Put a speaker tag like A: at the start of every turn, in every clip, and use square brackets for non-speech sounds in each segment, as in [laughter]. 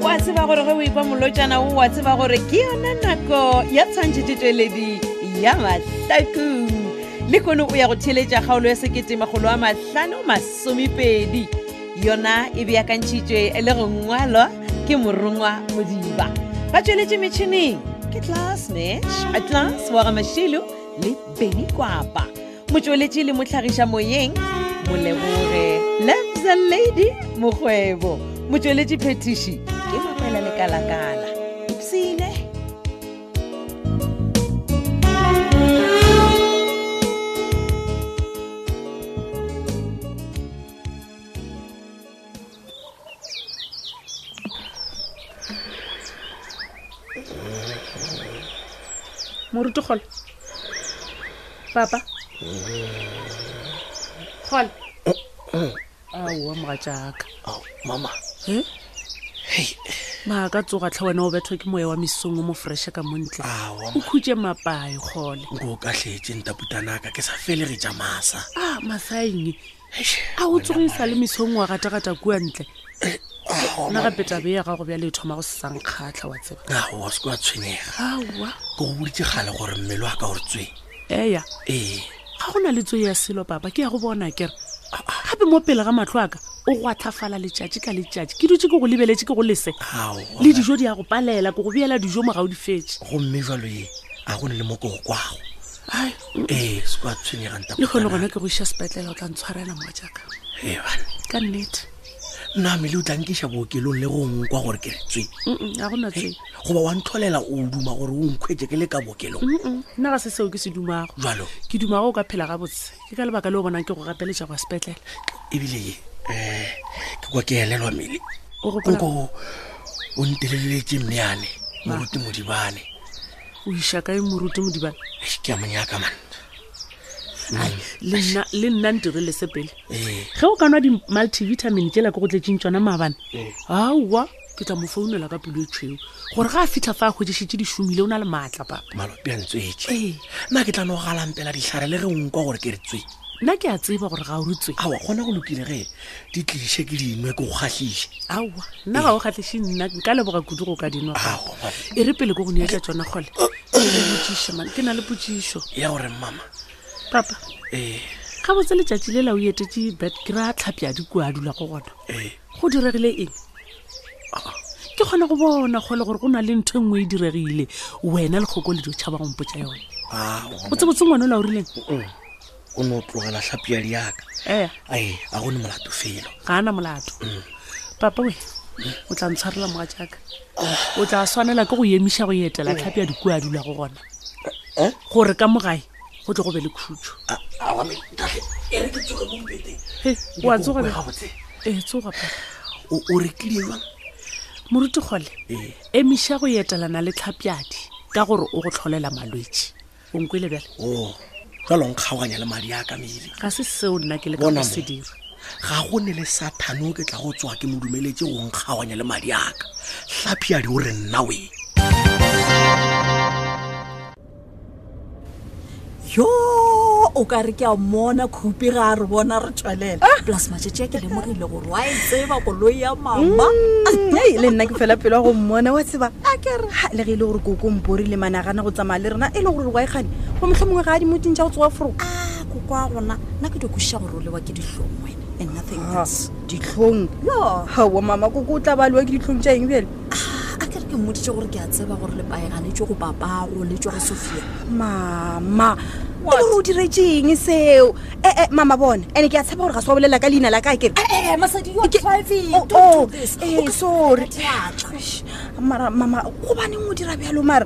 A: wa tseba gore ge o ikwa molotšana o wa tseba gore ke yona nako ya tshwantšhetše tsweledi ya mahlaku le kone o ya go theletša kgaolo ya seketemagolo a mahlano masomepedi yona e beakantšhitšwe le go ngwalwa ke morongwa modiba ba tsweletše metšhineng ke tlas mash atlas wa gamašilo le beny kwapa motsweletši le motlhagiša moyeng moleboge lebza lady mokgwebo motsweletši phetiši ke makwela lekalakala ipsine
B: moruti kgole papa kgole aowa moga jaaka
C: Au, mama
B: e
C: hei
B: maaka tsoga tlha wena o bethwa ke moya wa mesongo mo freshe ka montle
C: awa
B: o khutse mapae kgole
C: nko o ka tletse ntaputanaka ke sa felege ja masa
B: a masaeng a o tsogisa le mesongo wa gata-gata kua ntle nna gape tabe ya gago bja le e thoma go sesankgatlha wa tseba
C: aowa se ke wa tshwenyega
B: aowa
C: ko o boditse gale gore mmele wa ka o re tsweng
B: eya
C: ee
B: ga go na le tsoe ya selo papa ke ya go bona kere gape mo pele ga matlho aka o go atlhafala letšatši ka letšatši ke dutse ke go lebeletse ke go lese
C: aowa
B: le dijo di ya go palela ke go beela dijo moga o di fetse
C: gomme jalo e a go ne le mokoo kwago
B: ai
C: ee se ke wa tshwenyega
B: le kgone
C: ntaputanaka
B: gona ke go iša sepetlela o tla ntshwarela moa jaaka
C: ebane
B: ka nnete
C: nna mmele o tlankiša bookelong le go nkwa gore ke re tsweng
B: Mm-mm, ga gona tsoe
C: goba wa ntholela o duma gore o nkgwetse ke le ka bookelong
B: Mm-mm, nna ga se seo ke se dumago
C: jalo
B: ke dumago o ka phela gabotse ke ka lebaka le o bonang ke go gapeletša go ya sepetlela
C: ebile e um ke kwa ke elelwa mmele
B: o gopola
C: nko o nteleletse mmeane moruti modibane
B: o iša kae moruti modibane
C: Eish, ke a monyaka man
B: Ai, le nna- le nna ntirile se pele
C: ee
B: ge o ka nwa di-multivitamin tsela ke go tletseng tsona maabane
C: Mm.
B: aowa ke tla mo founela ka pelo e tshweo gore ga a fitlha fa a kgwetsisitse di šomile o na le maatla papa
C: malopi a ntswetse
B: ee
C: nna ke tla no galampela ditlhare le ge nkwa gore ke re tswe
B: nna ke a tseba gore ga o rutswe
C: aa gona go lokile ge di tliše ke dinwe ke go kgatlhise
B: aowa nna ga o kgatlhese nna nka leboga kudu go ka dinwa
C: ao
B: e re pele ko go neetsa tsona gole Ke na le potšišo, man, ke na le potsišo
C: ya gore mama
B: papa
C: ee
B: ga botse letšatši le la o etetse bed kry-a tlhapi a dikua a dula go gona
C: ee
B: go diregile eng ke kgona go bona gole gore go na le ntho e nngwe e diregile wena lekgoko le dio tšhaba gompotsa yone
C: ao
B: o tsebotse ngwane o laorileng
C: o ne o tlogela tlhapi ya diaka
B: ee
C: ae a gone molato felo
B: ga ana molato papa we o tla ntshwarela moga jaaka o tla tshwanela ke go emiša go etela tlhapi ya dikua a dula go gona
C: Eh?
B: gore ka mogae go tle go be le khutso
C: ere e ke tsoge mo mpeteng
B: he oa tsogale
C: gabotse
B: ee Eh, tsoga papa
C: o o rekile jang
B: moruti kgole
C: ee
B: emiša go etelana le tlhapiadi ka gore o go tlholela malwetse o nkwele bjale
C: Oh, o jalo nkgaoganya le madi a ka mele
B: ga se seo nna ke le ka
C: Bona
B: go
C: mo.
B: se dira
C: ga go ne le sathane o ke tla go tswa ke modumeletse go nkgaoganya le madi aka tlhapi a di o re nna we
D: yo o ka re ke a mona khupi ga a re bona re tswalela
B: Ah!
D: plus matšatši a ke lemogile gore wa e tseba koloi ya
E: Mm.
D: mama
E: Hei, e, le nna ke fela pelo ya go mmona wa tseba a ke re ha, le ge e le gore koko mpori le managana go tsamaya le rena e le gore wa ekgane go motlho mongwe ga a dimoting tša go tsoga foro
D: a koko a gona nna ke dikoša gore o lewa ke dihlong wena and nothing else
E: ditlhong gawa mama koko o tla ba lewa ke ditlhong tša eng bjele
D: Ah, a ke re ke mmoditse gore ke a tseba gore lepaegane tswe go papago le tswe go sofia
E: mama e le gore o diretseng seo E, ee mama bone ande ke a tshaba gore ga se wa bolela ka leina la ka kere
D: ee masadi you are driving
E: Oh, oh,
D: don't do this
E: eh,
D: O ka-
E: sorry.
D: Diatla.
E: Eish, mara mama gobaneng o dira bjalo mara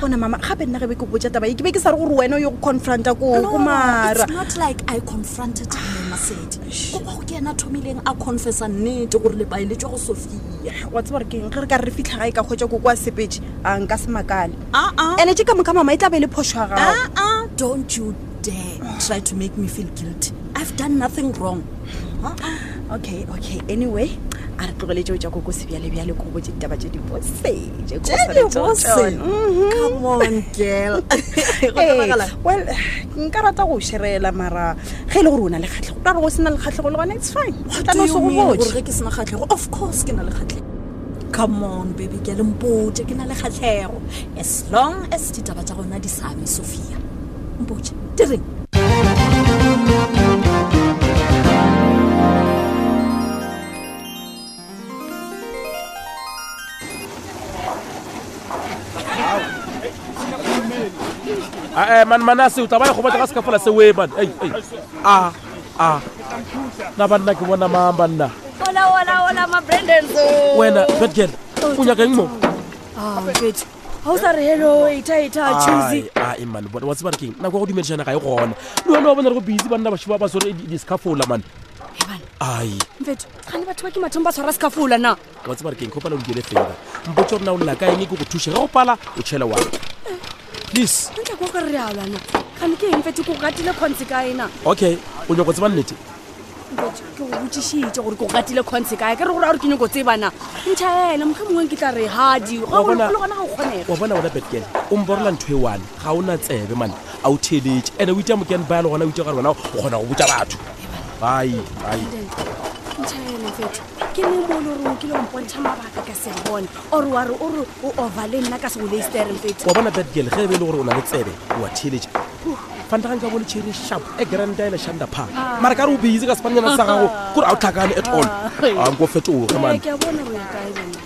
E: bona mama gape nna ge be ke botsa taba e ke be ke sa re gore wena o yo go confronta
D: No,
E: koko mara
D: it's not like i confronted her masedi kobago ke ena thomileng a confessa nnete gore lepae le tswe go sofia
E: wa tseba gore keng ge re ka re re fitlha ga e ka kgwetsa koko a sepetse a nka se makale
D: aa
E: and-e tse ka moka mama e tla be e le phoso ya gago
D: aa uh-uh. don't you dare try to make me feel guilty i've done nothing wrong
E: okay okay anyway a re tlogele tšeo tša koko sebjalebjale ko go tše ditaba tše dibosee Mm-hmm.
D: come on
E: [laughs]
D: girl
E: well nka rata go šerela mara ge e le gore o na le kgatlhego ra re go sena le kgatlhego le gona it's fine o tla no se go botse
D: gore ke sena kgatlhego of course ke na le kgatlhego come on baby ke a le mpote ke na le kgatlhego as long as ditaba tsa gona di same sophia mpote di reng
F: ae Ah, eh, man manase o tla baya go batla ka sekafola se oe man ei ei a a na banna ke bona mang banna wena betgel o nyaka eng mo
E: ga Ah, o sa re hello etaeta
F: ae man bona wa tsebare keng nako ya go dumedišana ga e gona le wena wa bona re go busy banna bašwa ba sore discafola man ai
E: mfeto gane batho ba ke mathong ba tshwara sekafola na
F: wa tsebare keng kopana o nkele fela mpotse gore na o lela ka eng ke go thuse ge go pala o tšhele wa please
E: ntle ko kore re alana gane ke eng fete ko go katile kgontshe kae na
F: okay o nyako tseba nnete
E: Mfeto, ke go botsišitse gore ke go katile kgontshe kae ke re gore a gore ke nyoko tsebana ntšha ena moge mongweng ke tla re hadi
F: Wa
E: Gore
F: bona-
E: le gona ga o kgonega
F: wa bona wena betgel o mborela ntho e one ga ona tsebe mane a o theletše and-e o itamokene baya le gona e o itse gore wena o kgona go botsa batho ai ai
E: ntšhaena fete ke ne mo le gore o kile ompontšha mabaka ka se bone ore wa re o re o ovale nna ka segoleistereng fete
F: wa bona betgel ge e be e le gore o na le tsebe o a theletše fantagang ka bone cherry sharp e granda ele shanda park mara ka re o beitse ka sepanjana sa gago kore a o tlhakane at all anko fetoge
E: Eh,
F: mane
E: ke a bona gore ya kae bena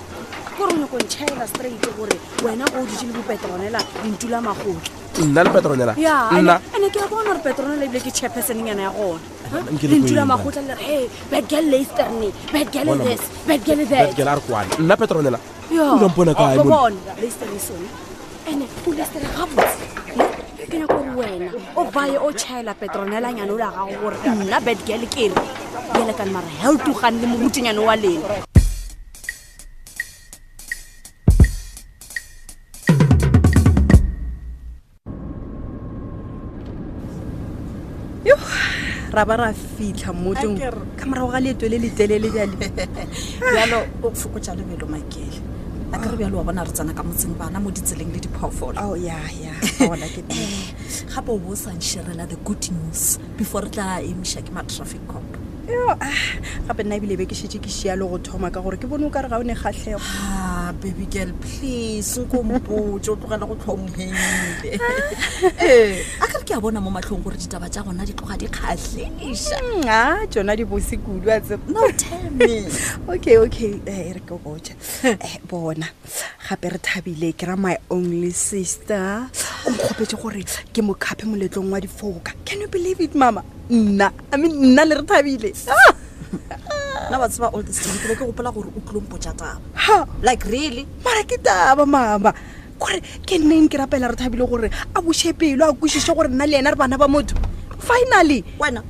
E: kore o nyako ntšhaela straight gore wena go o dutse le bopeteronela lentula magotla
F: nna le petronyana
E: ya
F: nna
E: ane ke a bona gore peteronela ebile ke chairpersoning yana ya gona
F: nke le
E: lentula
F: kweng,
E: magotla le re e bad gal leisterne bad gal
F: Bona mo-
E: this bad gal that
F: betgel a re kwane nna petronyana
E: Ya.
F: ula mpona kae
E: Wa
F: monna?
E: bona, Leicester le sone ande o lestere gabotse Ne, ke nyako gore Ya, wena Oh, o baye o tšhaela petronelanyane o la gago gore nna bedgale ke re jelekane mara heltogang le morutinyane wa lena ra ba ra fitlha moteng
D: Akere.
E: ka morago ga leeto le letelele [laughs] bjale
D: bjalo o fokotsa lebelo makele a ka re bjalo wa bona re tsena ka motseng bana mo ditseleng le diphoofolo
E: ao ya ya ka bona ke teng.
D: gape o bo o sanšherela the good news before re tla emiša ke ma-traffic cop
E: Yo, ah, gape nna ebile be ke shetse ke šia le go thoma ka gore ke bone o ka re ga o ne kgatlhego
D: ah baby girl please o kompotse o tlogela go tlhomphile a ka re ke a bona mo matlhong gore ditaba tsa gona di tloga di kgatlhisa
E: a tsona di bose kudu a tseba
D: no tell me
E: okay okay eh, e re ke koja Eh, bona gape re thabile ke ra my only sister o nkgopetse gore ke mokgape moletlong wa difoka can you believe it mama nna i mean nna le re thabile Ah,
D: nna ba tseba all this time ke be ke gopola gore o tlompotsa taba
E: ha,
D: like really
E: mara ke taba mama gore ke nneng ke rapela re thabile gore a boshe pelo a kwešiše gore nna le ena re bana ba motho finally
D: wena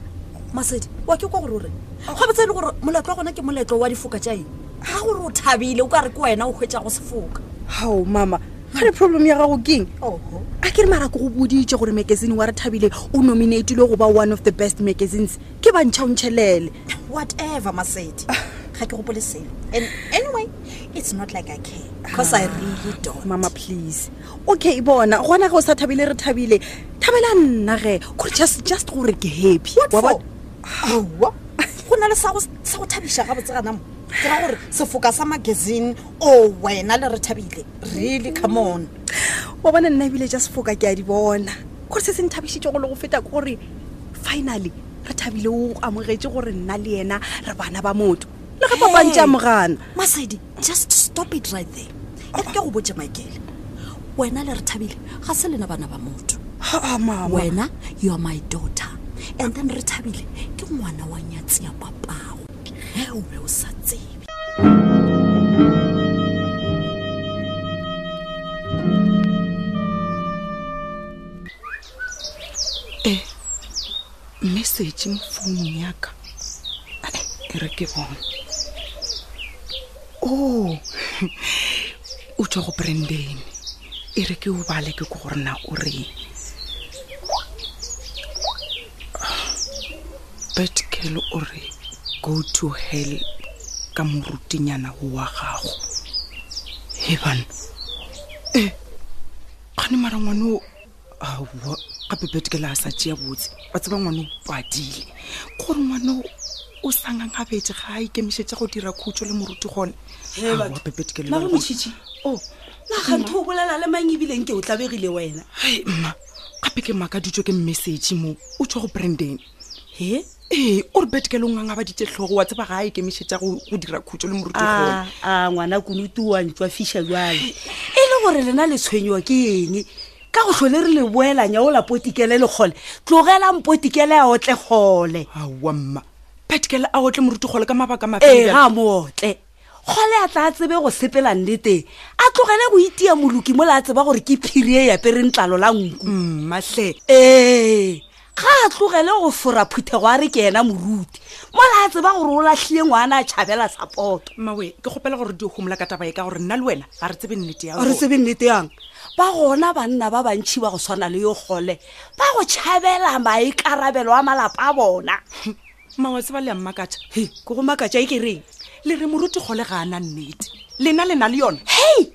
D: masedi wa ke kwa gore o reng go botsa e le gore moletlo wa gona ke moletlo wa difoka tsa eng ga gore o thabile o ka re ke wena o hwetsa go sefoka
E: hao mama ga le problem ya gago keng
D: oho
E: a ke re mara ke go boditse gore magazine wa re thabile o nominatilwe go ba one of the best magazines ke bantšhaontšhelele
D: whatever masedi ga ke gopole selo and anyway it's not like i care because i really don't
E: mama please okay bona gona ge o sa thabile re thabile thabela nnage kore just just gore ke happy Wa
D: What
E: bona-
D: for? Aowa. go na le sa go sa go thabiša ga botseganamo tsera gore sefoka sa magazine o wena le re thabile really come on
E: wa bona nna ebile ja sefoka ke a di bona gore se se nthabišitse go le go feta ke gore finally re thabile o amogetse gore nna le ena re bana ba motho le ge papantse
D: Hey.
E: amogana
D: masedi just stop it right there e re ke go botse maikele wena le re thabile ga se lena bana ba motho
E: ha mama
D: wena you are my daughter and then re thabile ke ngwana wa nyatsi ya papago ge o be o sa tsebe
E: message mo founung yaka Ae, e re ke bone
G: Oh, [laughs]
E: o o tswa go branden e re ke o bale ke ko gore na o reng
G: betcal o re go to hell ka morutinyana go wa gago hebana e kgane mara ngwane o aowa gape betcal a sa tšea botse wa tseba ngwane o padile gore ngwane o- o sangangabetse ga a ikemišetša go dira khutso le moruti gone Aowa, Pe Betkel, ba
E: mare
G: re-
E: motšhitšhi
G: Oh,
E: na ga ntho o bolela le mang ebileng ke o tlabegile wena
G: hai mma gape ke makaditso ke message mo o tswa go branden
E: he
G: ee o re betekele o ngangabaditse tlhogo wa tseba ga a ikemišetša go go dira khutso le moruti gone
E: a
B: ah,
E: a, Ah, ngwana konotu wa ntswa fiša jale e le gore lena le tshwenyiwa ke eng ka go tlhole re le boelanya o la potikele legole tlogelang potikele a otle gole
G: aowa mma betekele a otle moruti gole ka mabaka
E: ee
G: mafeng
E: ga a mootle gole a tla a tsebe go sepelang le teng a tlogele go itia moloki mo le a tseba gore ke e phirie yapereng tlalo la nku
G: Mm, mmatlhe
E: ee ga a tlogele go fora phuthego a re ke ena moruti mo le a tseba gore o latlhile ngwana a tšhabela support
G: mmawe ke kgopela gore di gomola ka taba e ka gore nna le wena ga re tsebe nnete ya
E: a re
G: yona.
E: tsebe nnete yang ba gona banna ba bantšhi ba go tshwana le yo gole ba go tšhabela maikarabelo a malapa a bona
G: mmawe tseba le yammakatša
E: he ko go makatša e kereng
G: le re moruti gole ga a na nnete lena lena le yone
E: hei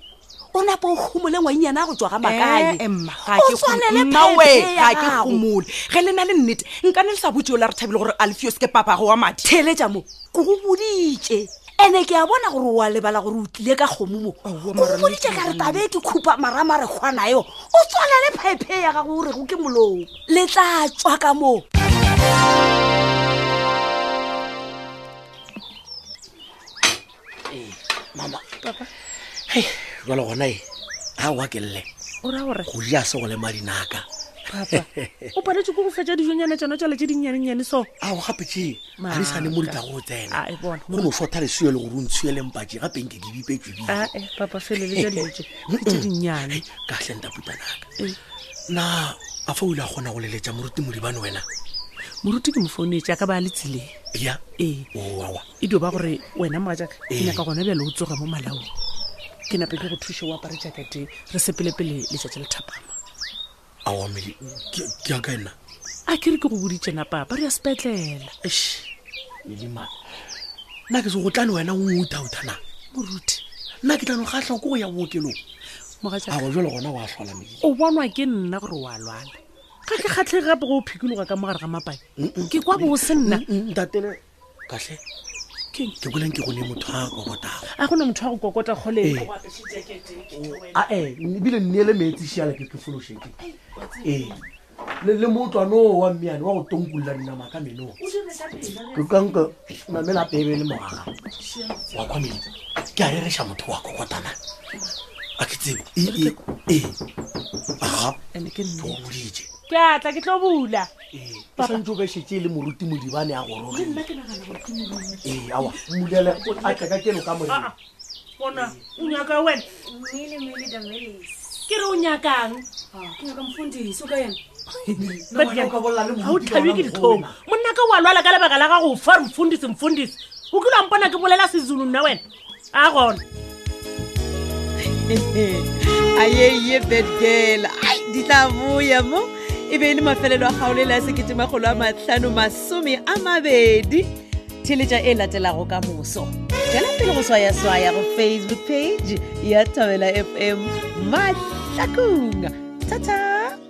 E: o napo o humole ngwanyana a go tswa ga
G: Eh, emma ga
E: makane
G: ke
E: o tshwanele
G: gomo- Mma we,
E: phephe
G: ga
E: ya
G: ke
E: gago
G: gomole ge lena le nnete nkane le sa boteo la re thabile gore alfios ke papago wa madi
E: theletša mo ko go boditše ene ke a bona gore oa lebala gore o tlile ka kgomo mo
G: Aowa,
E: ko
G: mara
E: go
G: nnete
E: boditše ka re tabe e dikhupa maramarekgwana yo o tswalele phephe ya gago o rego ke molong le tla tswa ka moo
C: hei jalo gona e a oa kelele
B: o raya gore
C: go ja se go lema dinaka
B: papa o paletse ko go fetsa dijonyana tsona tsale tse dinnyanenyane so
C: ao gape tee ga di sane mo ditlago go tsena
B: Ai, bona.
C: go no shotha lesio le gore o ntshwele mpatse gape nke ke bipetswebile
B: ae e, papa felele ja dijo tse dinnyane
C: kahle ntaputanaka
B: Ee.
C: na a fa o ile a kgona go leletsa moruti modibane wena
B: moruti ke mofounetse a ka ba a letsileng
C: ya
B: ee
C: oawa
B: e dio ba gore wena moajaka
C: Ee.
B: ke nyaka gona bjale o tsoga mo malaong ke nape ke go thuše o apare jakate re sepelepele letšatši le thapama
C: awa mele ke- ke ya ka nna
B: a ke re ke go boditsena papa re ya sepetlela
C: elema nna ke se go tlane wena o uthauthanang
B: moruti
C: nna ke tlano gatlha ko go ya bookelong
B: mogaaka
C: ao jalo gona o a tlhola mele
B: o bonwa ke nna gore oa lwala ga ke kgatlhege gape go o phikologa ka mogare ga mapai ke kwa bo o se nna
C: ntatele kahle
B: Keng?
C: ke boleng ke gone motho a kokotago
B: a gona motho a go kokota kgoleng
C: ae ebile nneele metsi šiala ke ke fološeke ee le le motlwano wa mmeane wa go tonkolola dinama ka menong ke kanka mamela pebe le mogaga wa kwa mele ke a rereša motho wa kokotana a ke tsebo ee aga
B: ande
C: ke
B: ke nne
C: go boditše
B: ke atla ke tlo bula
C: ee e santse o ka šetse le moruti modibane a goroge ee aa mmulele a tla ka keno ka morena
B: bona o nyaka wena ke re o nyakang
C: Wena o ka bolela le
B: ga o
C: moruti wa
B: tlhabe ke
C: wena
B: ditlhong
C: founa.
B: monna ka wa lwala ka lebaka la gago fa re mfundisi mfundisi o kile wampona ke bolela sezulu nna wena a gona
A: ayeie betgel ai di tla boya mo e be e le mafelelo a kgaolela ya seketemagolo a matlhano masome a mabedi theletša e latelago ka moso tswela pele go swayaswaya go facebook page ya thabela fm matlakong thata